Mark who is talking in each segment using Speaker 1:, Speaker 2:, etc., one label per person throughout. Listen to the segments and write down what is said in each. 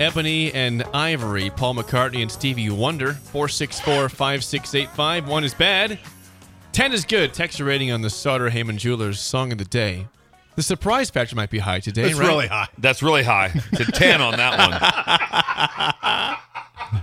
Speaker 1: Ebony and Ivory, Paul McCartney and Stevie Wonder, 464 5685. One is bad, 10 is good. Texture rating on the Sauter Heyman Jewelers Song of the Day. The surprise factor might be high today,
Speaker 2: It's
Speaker 1: right?
Speaker 2: really high.
Speaker 3: That's really high. To 10 on that one.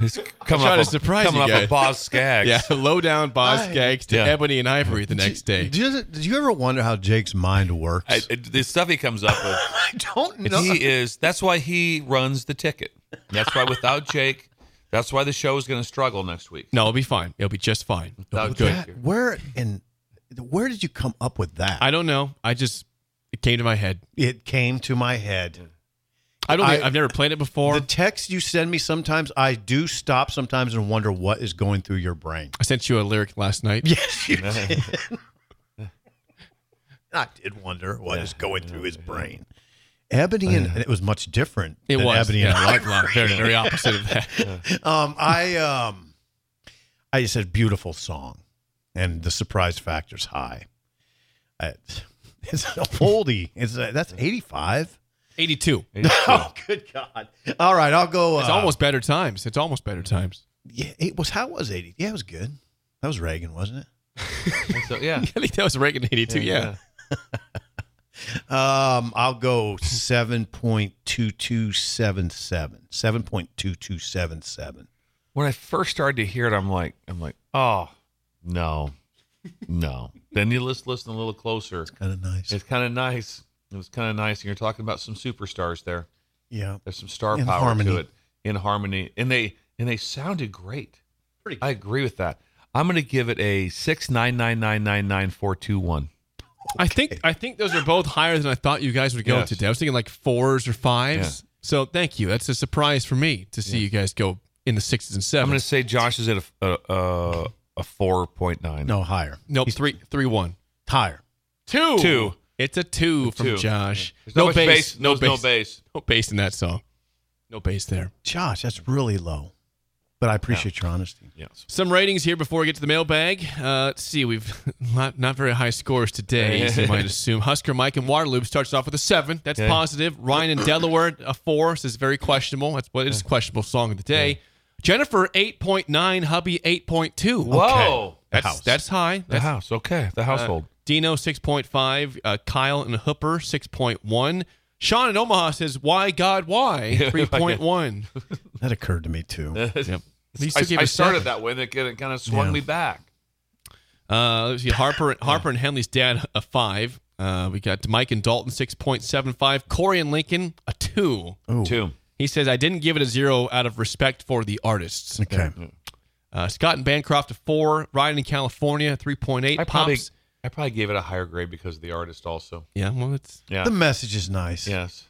Speaker 3: It's coming
Speaker 1: tried
Speaker 3: up
Speaker 1: to
Speaker 3: a-
Speaker 1: surprise
Speaker 3: coming
Speaker 1: you
Speaker 3: up
Speaker 1: guys.
Speaker 3: a Boz Skaggs.
Speaker 1: Yeah, low down boss
Speaker 2: Hi.
Speaker 1: gags to
Speaker 3: Yeah.
Speaker 1: Ebony and Ivory the next day.
Speaker 2: Do you, do you ever wonder how Jake's mind works?
Speaker 3: I, it, the stuff he comes up with,
Speaker 2: I don't
Speaker 3: he is. That's why he runs the ticket. That's why without Jake, that's why the show is going to struggle next week.
Speaker 1: No, it'll be fine. It'll be just fine. It'll be
Speaker 3: Without
Speaker 1: good.
Speaker 3: Jack.
Speaker 2: Where and where did you come up with that?
Speaker 1: I don't know. I just, it came to my head.
Speaker 2: it came to my head.
Speaker 1: I don't think,
Speaker 2: I-
Speaker 1: I've never played it before.
Speaker 2: The text you send me sometimes, I do stop sometimes and wonder what is going through your brain.
Speaker 1: I sent you a lyric last night.
Speaker 2: Yes, you did. I did wonder what is going through his brain. Ebony and, and it was much different.
Speaker 1: It
Speaker 2: than
Speaker 1: was.
Speaker 2: Ebony
Speaker 1: yeah,
Speaker 2: and I.
Speaker 1: life, life. Very, very opposite of that.
Speaker 2: Um, I um, I just said beautiful song, and the surprise factor's high. I, it's an oldie. It's a, that's eighty five.
Speaker 1: 82.
Speaker 2: Oh, good God! All right, I'll go. Uh,
Speaker 1: It's almost better times. It's almost better times.
Speaker 2: Yeah, it was. How was eighty? Yeah, it was good. That was Reagan, wasn't it?
Speaker 3: So, yeah.
Speaker 1: I think that was Reagan 82. Yeah.
Speaker 2: Um, I'll go 7.2277. 7.2277.
Speaker 3: When I first started to hear it, I'm like, I'm like, oh no, no. then you listen, listen a little closer.
Speaker 2: Kind of nice.
Speaker 3: It's kind of nice. It was kind of nice. And you're talking about some superstars there.
Speaker 2: yeah.
Speaker 3: There's some star
Speaker 2: In
Speaker 3: power
Speaker 2: harmony.
Speaker 3: to it in harmony, and they and they sounded great. Pretty. I agree with that. I'm going to give it a six nine nine nine nine nine four two one.
Speaker 1: I think I think those are both higher than I thought you guys would go
Speaker 3: Yes.
Speaker 1: today. I was thinking like fours or fives. So thank you. That's a surprise for me to see you guys go in the sixes and
Speaker 3: I'm going to
Speaker 1: sevens.
Speaker 3: say Josh is at a a, a, a four point nine.
Speaker 2: No, higher.
Speaker 1: nope, three, three, one,
Speaker 2: Higher.
Speaker 1: two,
Speaker 3: Two.
Speaker 1: It's a two from
Speaker 3: Two.
Speaker 1: Josh.
Speaker 3: There's no, bass. No, no bass.
Speaker 1: No bass in that song. No bass there.
Speaker 2: Josh, that's really low. But I appreciate your honesty.
Speaker 3: Yes.
Speaker 1: Some ratings here before we get to the mailbag. Uh, let's see, we've not not very high scores today, as you might assume. Husker Mike and Waterloo starts off with a seven. That's
Speaker 3: Okay.
Speaker 1: positive. Ryan in Delaware a four. This is very questionable. That's what it is. Questionable song of the day. Jennifer eight point nine. Hubby eight point two.
Speaker 3: Whoa.
Speaker 1: That's
Speaker 2: house.
Speaker 1: that's high.
Speaker 3: The
Speaker 1: That's
Speaker 3: house. Okay. The household.
Speaker 1: Dino six point five. Uh, Kyle and Hooper six point one. Sean in Omaha says, "Why God, why?" Three point one.
Speaker 2: That occurred to me too.
Speaker 1: Yep. He still
Speaker 3: I,
Speaker 1: gave
Speaker 3: I
Speaker 1: a
Speaker 3: started
Speaker 1: seven.
Speaker 3: that way, and it kind of swung
Speaker 2: Yeah.
Speaker 3: me back.
Speaker 1: Uh, let's see, Harper, Harper and Henley's dad a five. Uh, we got Mike and Dalton six point seven five. Corey and Lincoln a two.
Speaker 2: Ooh.
Speaker 3: Two.
Speaker 1: He says I didn't give it a zero out of respect for the artists.
Speaker 2: Okay.
Speaker 1: Uh, Scott and Bancroft a four. Ryan in California three point eight.
Speaker 3: I
Speaker 1: Pops.
Speaker 3: probably, I probably gave it a higher grade because of the artist also.
Speaker 1: yeah, well, it's
Speaker 3: Yeah.
Speaker 2: The message is nice.
Speaker 3: yes.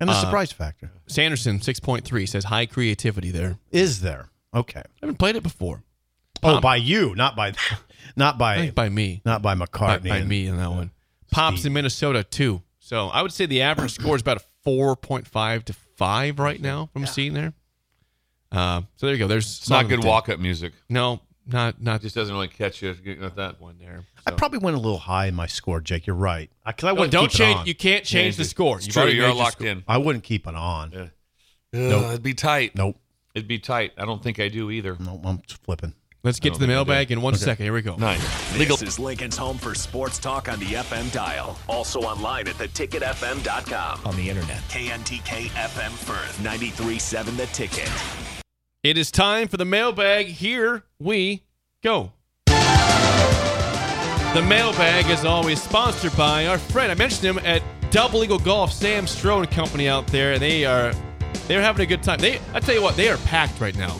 Speaker 2: And the surprise factor
Speaker 1: Sanderson six point three says high creativity there.
Speaker 2: is there. Okay.
Speaker 1: I haven't played it before.
Speaker 2: Oh,
Speaker 1: Pop.
Speaker 2: by you, not by not
Speaker 1: I
Speaker 2: by
Speaker 1: think by me,
Speaker 2: not by
Speaker 1: by,
Speaker 2: McCartney.
Speaker 1: by
Speaker 2: and-
Speaker 1: me in that one. Pops in Minnesota two. So I would say the average score is about a four point five to five right now from seeing there. Uh, so there you go. There's
Speaker 3: It's not
Speaker 1: song of
Speaker 3: good
Speaker 1: the day.
Speaker 3: walk up music.
Speaker 1: No, not not
Speaker 3: It just doesn't really catch you at that one there.
Speaker 2: I probably went a little high in my score, Jake. You're right. I, cause I
Speaker 1: Well,
Speaker 2: wouldn't
Speaker 1: don't
Speaker 2: keep it
Speaker 1: change.
Speaker 2: on.
Speaker 1: You can't change the
Speaker 3: it's-
Speaker 1: score.
Speaker 3: It's
Speaker 1: You've
Speaker 3: true.
Speaker 1: already
Speaker 3: You're
Speaker 1: made your
Speaker 3: locked
Speaker 1: score.
Speaker 3: in.
Speaker 2: I wouldn't keep it on.
Speaker 3: Ugh, It'd be tight.
Speaker 2: Nope.
Speaker 3: It'd be tight. I don't think I do either.
Speaker 2: Nope. I'm flipping.
Speaker 1: Let's get to the mailbag in one second. Here we go.
Speaker 3: Nice. Legal.
Speaker 4: This is Lincoln's home for sports talk on the FM dial. Also online at theticketfm.com.
Speaker 5: on the internet.
Speaker 4: KNTK FM Firth, 93.7 The Ticket.
Speaker 1: It is time for the mailbag. Here we go. The mailbag is always sponsored by our friend. I mentioned him at Double Eagle Golf, Sam Stroh and Company out there, and they are they're having a good time. They I tell you what, they are packed right now.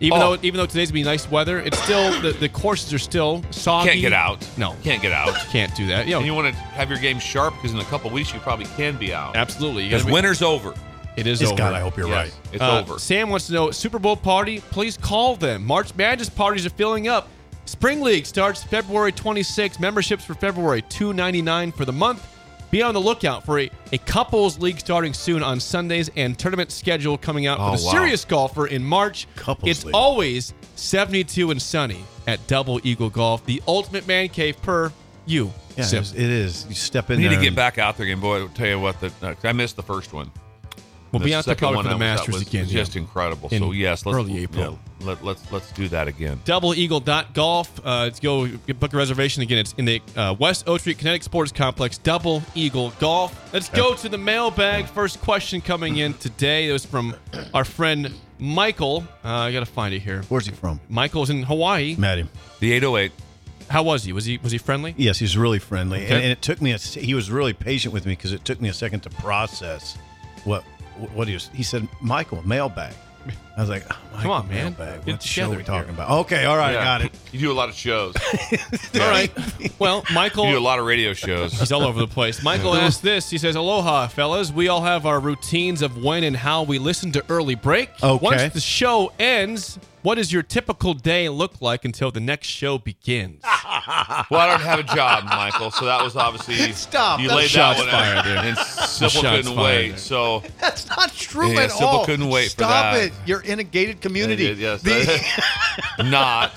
Speaker 1: Even
Speaker 3: Oh.
Speaker 1: though even though today's gonna be nice weather, it's still the, the courses are still soggy.
Speaker 3: Can't get out.
Speaker 1: No.
Speaker 3: Can't get out.
Speaker 1: Can't do that. You know,
Speaker 3: and you want to have your game sharp because in a couple weeks you probably can be out.
Speaker 1: absolutely. You
Speaker 3: Because
Speaker 1: gotta be-
Speaker 3: winter's over.
Speaker 1: it is
Speaker 2: Yes,
Speaker 1: over.
Speaker 2: God, I hope you're
Speaker 3: Yes,
Speaker 2: right.
Speaker 3: It's
Speaker 1: Uh,
Speaker 3: over.
Speaker 1: Sam wants to know Super Bowl party. Please call them. March Madness parties are filling up. Spring League starts February 26th. Memberships for February 299 for the month. Be on the lookout for a, a couples league starting soon on Sundays and tournament schedule coming out
Speaker 3: Oh,
Speaker 1: for the
Speaker 3: wow.
Speaker 1: serious golfer in March.
Speaker 2: Couples
Speaker 1: it's
Speaker 2: league.
Speaker 1: always 72 and sunny at Double Eagle Golf, the ultimate man cave per you.
Speaker 2: Yeah,
Speaker 1: Sip.
Speaker 2: it is- it is. You step in
Speaker 3: We need
Speaker 2: there
Speaker 3: to get
Speaker 2: and-
Speaker 3: back out there again, boy. I'll tell you what, the, uh, I missed the first one.
Speaker 1: We'll be
Speaker 3: The
Speaker 1: out there
Speaker 3: second
Speaker 1: probably
Speaker 3: one
Speaker 1: for the
Speaker 3: I was at
Speaker 1: Masters
Speaker 3: was
Speaker 1: again. yeah.
Speaker 3: Just incredible.
Speaker 1: In
Speaker 3: so yes, let's,
Speaker 1: early April.
Speaker 3: yeah, let, let's let's do that again.
Speaker 1: doubleeagle.golf. Uh, let's go book a reservation again. It's in the uh, West O Street Kinetic Sports Complex, Double Eagle Golf. Let's go to the mailbag. First question coming in today. It was from our friend Michael. Uh, I got to find it here.
Speaker 2: Where's he from?
Speaker 1: Michael's in Hawaii.
Speaker 2: Met him.
Speaker 3: The 808.
Speaker 1: How was he? Was he was he friendly?
Speaker 2: Yes, he's really friendly, and,
Speaker 1: Okay.
Speaker 2: and it took me. A, s- he was really patient with me because it took me a second to process what what he was. He said, "Michael, mailbag." I was like, oh, Michael,
Speaker 1: on, man.
Speaker 2: mailbag.
Speaker 1: Get
Speaker 2: What show are
Speaker 1: together
Speaker 2: we talking
Speaker 1: here."
Speaker 2: about?" Okay, all right,
Speaker 3: Yeah.
Speaker 2: got it.
Speaker 3: You do a lot of shows.
Speaker 1: All right. Well, Michael
Speaker 3: You do a lot of radio shows.
Speaker 1: He's all over the place. Michael asks this. He says, Aloha, fellas. We all have our routines of when and how we listen to early break.
Speaker 2: Okay.
Speaker 1: Once the show ends, what does your typical day look like until the next show begins?
Speaker 3: Ah, well, I don't have a job, Michael, so that was obviously
Speaker 2: Stop,
Speaker 3: You
Speaker 2: that's
Speaker 3: laid
Speaker 1: shots
Speaker 3: that one
Speaker 1: fired
Speaker 3: out,
Speaker 1: there.
Speaker 3: and Sybil
Speaker 1: shots
Speaker 3: couldn't
Speaker 1: fired
Speaker 3: wait.
Speaker 1: there.
Speaker 3: So
Speaker 2: That's not true
Speaker 3: Yeah,
Speaker 2: at
Speaker 3: Sybil
Speaker 2: all.
Speaker 3: couldn't wait for
Speaker 2: Stop
Speaker 3: that.
Speaker 2: it. You're in a gated community.
Speaker 3: yes,
Speaker 2: The-
Speaker 3: not.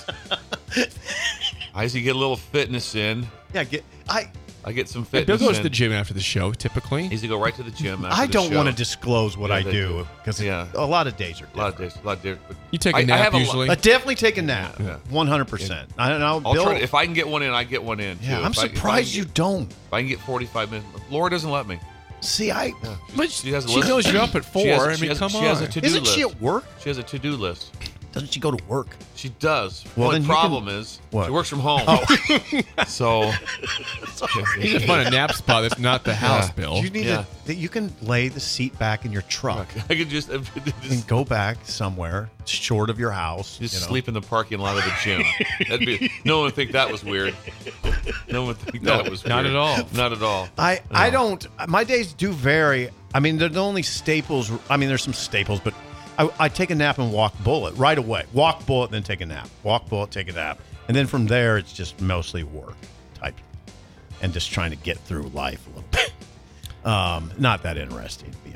Speaker 3: I usually get a little fitness in.
Speaker 2: yeah, get, I
Speaker 3: I get some fitness.
Speaker 1: Bill goes
Speaker 3: in.
Speaker 1: to the gym after the show, typically.
Speaker 3: I usually go right to the gym. After
Speaker 2: I
Speaker 3: the
Speaker 2: don't
Speaker 3: show.
Speaker 2: want to disclose what
Speaker 3: Yeah,
Speaker 2: I
Speaker 3: they
Speaker 2: do
Speaker 3: do.
Speaker 2: because
Speaker 3: Yeah.
Speaker 2: a lot of days are different.
Speaker 3: A lot of days. A lot of days. but
Speaker 1: You take a
Speaker 3: I- I
Speaker 1: nap
Speaker 3: have a lot-
Speaker 1: usually.
Speaker 2: I definitely take a nap.
Speaker 3: Yeah.
Speaker 2: One hundred percent. I don't know,
Speaker 3: I'll
Speaker 2: Bill.
Speaker 3: try to- if I can get one in, I get one in.
Speaker 2: yeah,
Speaker 3: too.
Speaker 2: I'm
Speaker 3: If I- if I can
Speaker 2: surprised you
Speaker 3: get-
Speaker 2: don't.
Speaker 3: If I can get 45 minutes, Laura doesn't let me.
Speaker 2: See, I
Speaker 1: but
Speaker 3: she has a
Speaker 1: she
Speaker 3: list.
Speaker 1: knows you're up at four.
Speaker 3: She has-
Speaker 1: I mean,
Speaker 3: she has-
Speaker 1: come
Speaker 3: she
Speaker 1: on.
Speaker 3: has a to-do
Speaker 2: isn't she
Speaker 3: list.
Speaker 2: at work?
Speaker 3: She has a to-do list.
Speaker 2: Doesn't she go to work?
Speaker 3: She does.
Speaker 2: Well,
Speaker 3: Well,
Speaker 2: then
Speaker 3: One
Speaker 2: you can-
Speaker 3: problem is
Speaker 2: What? Oh.
Speaker 3: she works from home. so
Speaker 1: you can find a nap spot that's not the house,
Speaker 3: Yeah.
Speaker 1: Bill.
Speaker 2: You need
Speaker 3: Yeah.
Speaker 2: to, that you can lay the seat back in your truck
Speaker 3: I could just, just,
Speaker 2: and go back somewhere short of your house.
Speaker 3: just
Speaker 2: you know.
Speaker 3: sleep in the parking lot of the gym. That'd be no one would think that was weird. No one would think that was
Speaker 1: not
Speaker 3: weird.
Speaker 1: at all.
Speaker 3: Not at all.
Speaker 2: I I don't. My days do vary. I mean, they're the only staples. I mean, there's some staples, but I, I take a nap and walk bullet right away. Walk bullet, then take a nap. Walk bullet, take a nap, and then from there it's just mostly work type, and just trying to get through life a little bit. Um, not that interesting, to be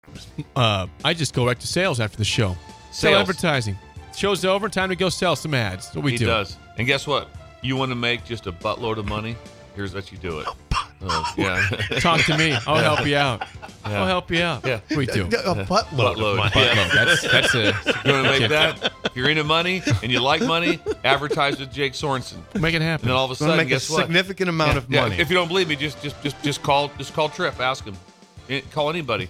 Speaker 1: uh, I just go back to sales after the show. Sell
Speaker 3: Sales.
Speaker 1: advertising. Show's over. Time to go sell some ads. That's what we
Speaker 3: he
Speaker 1: do.
Speaker 3: does. And guess what? You want to make just a buttload of money? Here's what you do it. Oh, yeah.
Speaker 1: Talk to me. I'll help you out. I'll help you out.
Speaker 3: Yeah.
Speaker 1: What we do.
Speaker 2: A buttload.
Speaker 3: Buttload.
Speaker 2: of money.
Speaker 3: Yeah.
Speaker 1: No, that's that's a
Speaker 3: You want to make that? If you're into money and you like money, advertise with Jake Sorensen.
Speaker 1: make it happen.
Speaker 3: And then all of a
Speaker 2: I'm gonna
Speaker 3: sudden,
Speaker 2: make a
Speaker 3: guess what?
Speaker 2: significant amount of
Speaker 3: Yeah,
Speaker 2: money.
Speaker 3: If you don't believe me, just just just just call just call Trip. Ask him. Eh, Call anybody.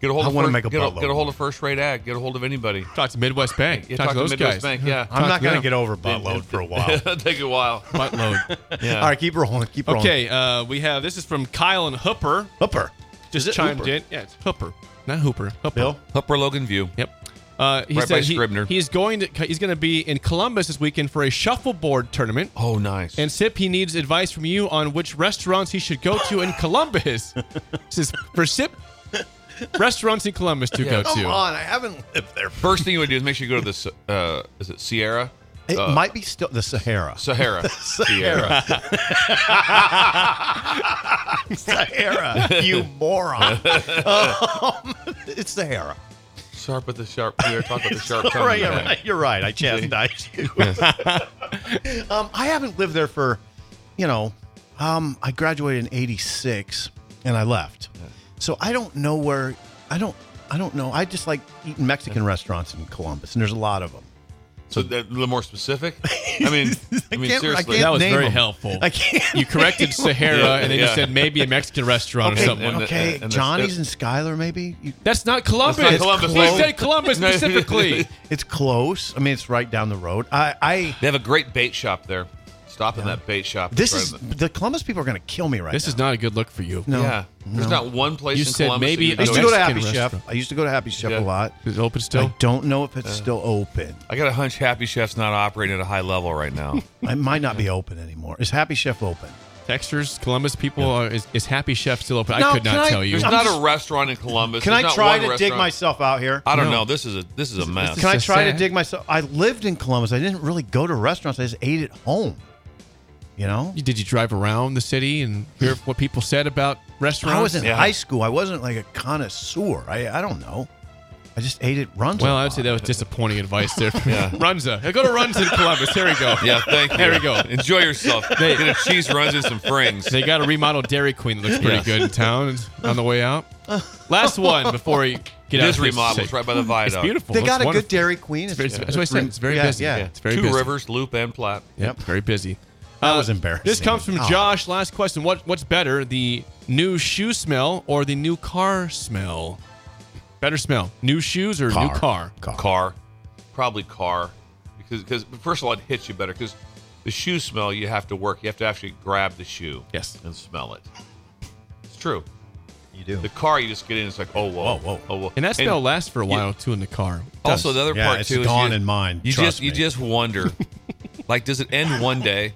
Speaker 3: Get a hold.
Speaker 2: I
Speaker 3: of
Speaker 2: wanna
Speaker 3: first,
Speaker 2: make a
Speaker 3: get,
Speaker 2: buttload
Speaker 3: get a hold
Speaker 2: of
Speaker 3: of First Rate Ag. Get a hold of anybody.
Speaker 1: Talk to Midwest Bank.
Speaker 3: Yeah,
Speaker 1: talk, to those
Speaker 3: Midwest
Speaker 1: guys.
Speaker 3: Bank. Yeah,
Speaker 2: I'm not
Speaker 1: to
Speaker 2: going
Speaker 1: them.
Speaker 2: to get over buttload for a while.
Speaker 3: It'll take a while.
Speaker 1: Buttload.
Speaker 3: Yeah.
Speaker 2: All right, keep rolling. Keep rolling.
Speaker 1: okay, uh, we have this is from Kyle and Hooper.
Speaker 2: Hooper.
Speaker 1: Just
Speaker 2: Is it
Speaker 1: chimed
Speaker 2: Hooper?
Speaker 1: in. Yeah, it's Hooper, not Hooper. Hooper.
Speaker 2: Bill.
Speaker 3: Hooper Logan View.
Speaker 1: Yep. Uh, he
Speaker 3: Right by
Speaker 1: said he-
Speaker 3: Scribner.
Speaker 1: he's going to he's going to be in Columbus this weekend for a shuffleboard tournament.
Speaker 3: Oh, nice.
Speaker 1: And Sip, he needs advice from you on which restaurants he should go to in Columbus. this is for Sip. Restaurants in Columbus to go
Speaker 2: Come
Speaker 1: to.
Speaker 2: on, I haven't lived there.
Speaker 3: first thing you would do is make sure you go to the S- uh, is it Sierra
Speaker 2: It might be still the Sahara.
Speaker 3: Sahara Sierra.
Speaker 2: Sahara, you moron. Um, it's Sahara.
Speaker 3: Sharp with the sharp. We were talking about the sharp tongue.
Speaker 2: right,
Speaker 3: you
Speaker 2: you're
Speaker 3: had.
Speaker 2: right. You're right. I chastised you. um, I haven't lived there for, you know, um, I graduated in '86 and I left, so I don't know where. I don't. I don't know. I just like eating Mexican restaurants in Columbus, and there's a lot of them.
Speaker 3: So that, a little more specific. I mean, I mean
Speaker 2: can't- I
Speaker 3: seriously.
Speaker 2: can't
Speaker 1: That was
Speaker 2: Name
Speaker 1: very
Speaker 2: them.
Speaker 1: helpful.
Speaker 2: I can't.
Speaker 1: You corrected Sahara,
Speaker 3: Yeah,
Speaker 1: and then you
Speaker 3: yeah.
Speaker 1: said maybe a Mexican restaurant
Speaker 2: Okay,
Speaker 1: or something.
Speaker 3: and the-
Speaker 2: okay.
Speaker 3: and the-
Speaker 2: Johnny's and Skylar, maybe. You,
Speaker 1: That's not Columbus.
Speaker 3: That's not Columbus.
Speaker 1: He said Columbus
Speaker 3: No.
Speaker 1: specifically.
Speaker 2: it's close. I mean, it's right down the road. I. I
Speaker 3: They have a great bait shop there. Stop in that bait shop.
Speaker 2: this
Speaker 3: Right
Speaker 2: is
Speaker 3: in the-
Speaker 2: the Columbus people are going to kill me right
Speaker 1: this
Speaker 2: now.
Speaker 1: is not a good look for you.
Speaker 2: no.
Speaker 3: yeah. There's not one place
Speaker 1: You
Speaker 3: in
Speaker 1: said
Speaker 3: Columbus. that
Speaker 1: maybe
Speaker 3: you
Speaker 1: a
Speaker 2: I used to go to Happy
Speaker 1: Mexican
Speaker 2: Chef.
Speaker 1: restaurant.
Speaker 2: I used to go to Happy Chef
Speaker 3: Yeah.
Speaker 2: a lot.
Speaker 1: Is it open still? Uh.
Speaker 2: I don't know if it's still open.
Speaker 3: I got a hunch Happy Chef's not operating at a high level right now.
Speaker 2: It might not be open anymore. Is Happy Chef open?
Speaker 1: Textures, Columbus people are, is, is Happy Chef still open? I
Speaker 2: No,
Speaker 1: could
Speaker 2: can
Speaker 1: not
Speaker 2: I-
Speaker 1: tell you.
Speaker 3: There's
Speaker 2: I'm
Speaker 3: not
Speaker 2: just-
Speaker 3: a restaurant in Columbus.
Speaker 2: Can
Speaker 3: There's
Speaker 2: I
Speaker 3: not
Speaker 2: try
Speaker 3: one
Speaker 2: to dig
Speaker 3: restaurant.
Speaker 2: myself out here?
Speaker 3: I don't
Speaker 1: No.
Speaker 3: know. This is a this is a mess.
Speaker 2: Can I
Speaker 1: This is
Speaker 2: try to
Speaker 1: sad.
Speaker 2: dig myself? I lived in Columbus. I didn't really go to restaurants. I just ate at home. You know,
Speaker 1: Did you drive around the city and hear what people said about restaurants?
Speaker 2: I was in
Speaker 3: Yeah.
Speaker 2: high school. I wasn't like a connoisseur. I, I don't know. I just ate at Runza.
Speaker 1: Well,
Speaker 2: a
Speaker 1: I would say
Speaker 2: lot.
Speaker 1: that was disappointing advice there. Runza. Go to Runza in Columbus. There we go.
Speaker 3: Yeah, thank you.
Speaker 1: There we go.
Speaker 3: Enjoy yourself. Get a cheese runs and some frings.
Speaker 1: They got a remodeled Dairy Queen that looks pretty good in town It's on the way out. Last one before you get
Speaker 3: It
Speaker 1: out.
Speaker 3: is
Speaker 1: of here.
Speaker 3: remodeled. It's right by the viaduct.
Speaker 1: It's beautiful.
Speaker 2: They
Speaker 1: It's
Speaker 2: got a
Speaker 1: wonderful.
Speaker 2: good Dairy Queen.
Speaker 1: It's very- That's what I said. It's very
Speaker 2: Yeah,
Speaker 1: busy.
Speaker 2: Yeah.
Speaker 1: It's very
Speaker 3: Two
Speaker 1: busy.
Speaker 3: rivers, loop, and plat.
Speaker 1: Yep. Very busy.
Speaker 2: That was embarrassing.
Speaker 1: Uh, This comes from
Speaker 2: Oh.
Speaker 1: Josh. Last question. What what's better, the new shoe smell or the new car smell? Better smell. New shoes or new car?
Speaker 3: Car. Probably car. Because cause, first of all, it hits you better because the shoe smell, you have to work. You have to actually grab the shoe
Speaker 1: Yes.
Speaker 3: and smell it. It's true.
Speaker 2: You do.
Speaker 3: The car, you just get in, it's like, oh, whoa.
Speaker 2: Whoa, whoa.
Speaker 3: Oh, whoa.
Speaker 1: And that smell lasts for a while too in the car.
Speaker 3: Also, the other
Speaker 2: Yeah,
Speaker 3: part
Speaker 2: it's
Speaker 3: too
Speaker 2: gone
Speaker 3: is you,
Speaker 2: in mine,
Speaker 3: You
Speaker 2: trust
Speaker 3: just you
Speaker 2: me.
Speaker 3: just wonder, like, does it end one day?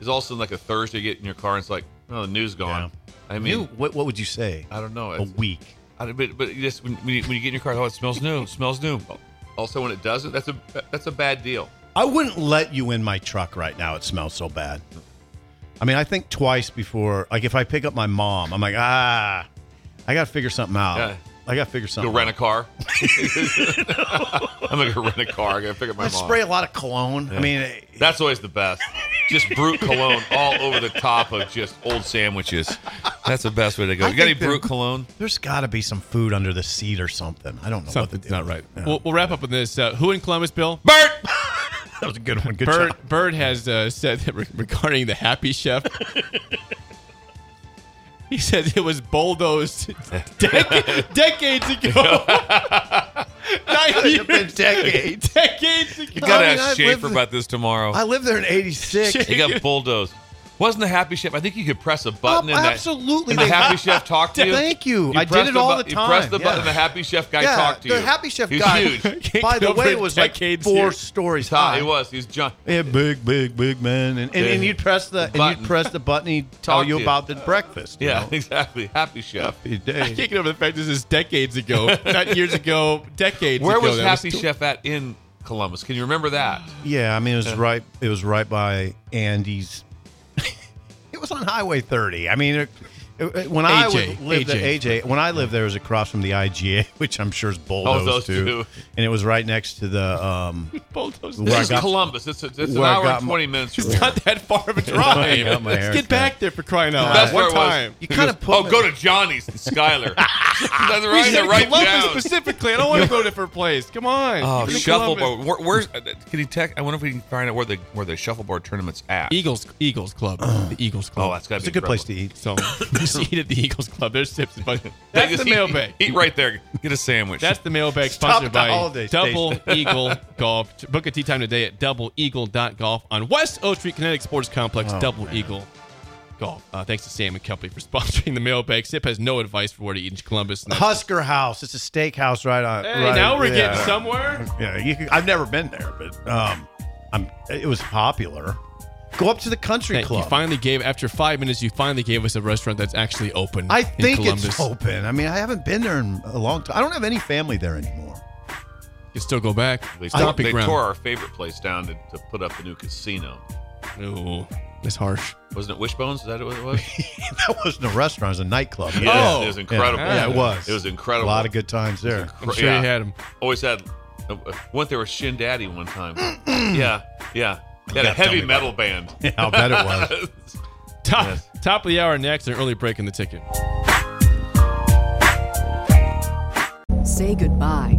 Speaker 3: Is all of a sudden like a Thursday you get in your car and it's like, oh, the news gone. I mean,
Speaker 2: you, what, what would you say?
Speaker 3: I don't know.
Speaker 2: A
Speaker 3: It's-
Speaker 2: week.
Speaker 3: I don't- but but you just when, when, you, when you get in your car, oh, it smells new. It smells new. Also, when it doesn't, that's a that's a bad deal.
Speaker 2: I wouldn't let you in my truck right now. It smells so bad. I mean, I think twice before, like if I pick up my mom, I'm like, ah, I got to figure something out.
Speaker 3: Yeah.
Speaker 2: I got to figure something
Speaker 3: Go rent a
Speaker 2: out.
Speaker 3: car. I'm gonna go rent a car. I'm gonna pick up my
Speaker 2: I
Speaker 3: mom.
Speaker 2: spray a lot of cologne. I mean, it-
Speaker 3: That's always the best. Just brute cologne all over the top of just old sandwiches. That's the best way to go.
Speaker 2: I
Speaker 3: You got any
Speaker 2: think that-
Speaker 3: brute cologne?
Speaker 2: there's got to be some food under the seat or something. I don't know what
Speaker 1: Something's
Speaker 2: the deal
Speaker 1: not right.
Speaker 2: is. Yeah.
Speaker 1: We'll, we'll wrap up on this. Uh, who in Columbus, Bill?
Speaker 3: Bert.
Speaker 2: that was a good one. Good
Speaker 1: Bird,
Speaker 2: job.
Speaker 1: Bird has uh, said that re- regarding the Happy Chef, he said it was bulldozed dec- decades ago. Not
Speaker 2: It's been
Speaker 1: years,
Speaker 2: decades.
Speaker 1: decades ago.
Speaker 3: You gotta
Speaker 2: I mean,
Speaker 3: ask
Speaker 2: I've lived
Speaker 3: Schaefer
Speaker 2: in-
Speaker 3: about this tomorrow.
Speaker 2: I lived there in '86.
Speaker 3: He got bulldozed. Wasn't the Happy Chef? I think you could press a button.
Speaker 2: Oh,
Speaker 3: and that-
Speaker 2: absolutely.
Speaker 3: and the
Speaker 2: They-
Speaker 3: Happy Chef talked to you.
Speaker 2: Thank you. I did
Speaker 3: pressed
Speaker 2: it all the
Speaker 3: You pressed
Speaker 2: time,
Speaker 3: the button.
Speaker 2: yeah.
Speaker 3: and The Happy Chef guy
Speaker 2: yeah,
Speaker 3: talked to you.
Speaker 2: the Happy Chef
Speaker 3: He's
Speaker 2: guy.
Speaker 3: huge.
Speaker 1: Can't
Speaker 2: By the
Speaker 1: cover
Speaker 2: way, was like four
Speaker 1: decades here.
Speaker 2: stories
Speaker 3: Todd,
Speaker 2: high.
Speaker 3: he was. He's John.
Speaker 2: Yeah, big, big, big man, and and, and you'd press the and
Speaker 3: Button.
Speaker 2: you'd press the button. He'd tell
Speaker 3: Talk
Speaker 2: you
Speaker 3: to you.
Speaker 2: about the breakfast. you
Speaker 3: Yeah,
Speaker 2: know?
Speaker 3: exactly. Happy Chef.
Speaker 2: Happy
Speaker 1: I
Speaker 2: day.
Speaker 1: can't get over the fact this is decades ago, not years ago, decades
Speaker 3: Where
Speaker 1: ago.
Speaker 3: was
Speaker 1: That
Speaker 3: Happy
Speaker 1: tw-
Speaker 3: Chef at in Columbus? Can you remember that?
Speaker 2: Yeah, I mean it was right. It was right by Andy's. it was on Highway 30. I mean, it, it- it- when I
Speaker 1: AJ,
Speaker 2: would live there,
Speaker 1: AJ.
Speaker 2: AJ, when I lived there, it was across from the IGA, which I'm sure is bulldozed
Speaker 3: those
Speaker 2: too.
Speaker 3: two.
Speaker 2: And it was right next to the. Um,
Speaker 1: bulldozed.
Speaker 2: Where I
Speaker 3: This is
Speaker 2: got-
Speaker 3: Columbus. It's, a, it's an
Speaker 2: where I
Speaker 3: hour
Speaker 2: got
Speaker 3: and
Speaker 2: my-
Speaker 3: 20 minutes. from
Speaker 1: It's
Speaker 3: here.
Speaker 1: not that far of a
Speaker 2: I
Speaker 1: drive.
Speaker 2: got my
Speaker 1: Let's get
Speaker 2: haircut.
Speaker 1: back there for crying out
Speaker 3: That's
Speaker 1: loud. One
Speaker 3: where it was.
Speaker 1: time.
Speaker 2: you kind of put.
Speaker 3: Uh, Oh,
Speaker 2: me-
Speaker 3: go to Johnny's and Skyler. That's
Speaker 1: We
Speaker 3: right,
Speaker 1: said
Speaker 3: they're right
Speaker 1: Columbus
Speaker 3: down.
Speaker 1: specifically. I don't want to go to different place. Come on.
Speaker 3: Oh,
Speaker 1: Keep it in Columbus.
Speaker 3: shuffleboard. Where, where's? uh, Can you tech? I wonder if we can find out where the where the shuffleboard tournament's at.
Speaker 2: Uh.
Speaker 1: Eagles Eagles Club. the Eagles Club.
Speaker 3: Oh, that's gotta
Speaker 2: It's
Speaker 3: be
Speaker 2: a good place to
Speaker 3: incredible.
Speaker 1: So
Speaker 2: eat.
Speaker 1: just eat at the Eagles Club. There's tips. But
Speaker 3: They
Speaker 1: that's the
Speaker 3: just eat-
Speaker 1: mailbag.
Speaker 3: Eat, right there. Get a sandwich.
Speaker 1: That's the mailbag
Speaker 2: Stop
Speaker 1: sponsored
Speaker 2: at the
Speaker 1: by
Speaker 2: holidays,
Speaker 1: Double Eagle Golf. Book a tee time today at doubleeagle.golf on West O Street Kinetic Sports Complex,
Speaker 2: Oh,
Speaker 1: Double Eagle Golf. Uh, thanks to Sam and Company for sponsoring the mailbag. Sip has no advice for where to eat in Columbus. And that's-
Speaker 2: Husker House. It's a steakhouse right on.
Speaker 1: hey,
Speaker 2: right-
Speaker 1: now we're
Speaker 2: yeah.
Speaker 1: getting somewhere.
Speaker 2: Yeah, you could, I've never been there, but um, I'm. It was popular. Go up to the country
Speaker 1: Hey, you
Speaker 2: club.
Speaker 1: finally gave, after five minutes, you finally gave us a restaurant that's actually open.
Speaker 2: I
Speaker 1: in
Speaker 2: think it's
Speaker 1: Columbus.
Speaker 2: open. I mean, I haven't been there in a long time. I don't have any family there anymore.
Speaker 1: You can still go back.
Speaker 3: They, tore,
Speaker 1: Stomping
Speaker 3: they
Speaker 1: ground.
Speaker 3: tore our favorite place down to, to put up the new casino.
Speaker 1: Ooh, that's harsh.
Speaker 3: Wasn't it Wishbones? Is that what it was?
Speaker 2: that wasn't a restaurant. It was a nightclub.
Speaker 3: Yes, it was Oh, incredible.
Speaker 2: Oh. Yeah, it was.
Speaker 3: It was incredible.
Speaker 2: A lot of good times there.
Speaker 1: I'm
Speaker 3: Cr-
Speaker 1: sure
Speaker 3: yeah.
Speaker 1: you had him.
Speaker 3: Always had. uh, uh, Went there with Shin Daddy one time. yeah, yeah. They had a
Speaker 2: gotta tell
Speaker 3: heavy
Speaker 2: me
Speaker 3: metal band.
Speaker 2: Yeah, I'll bet it was.
Speaker 1: Top,
Speaker 3: Yes.
Speaker 1: top of the hour next, an early break in the ticket.
Speaker 6: Say goodbye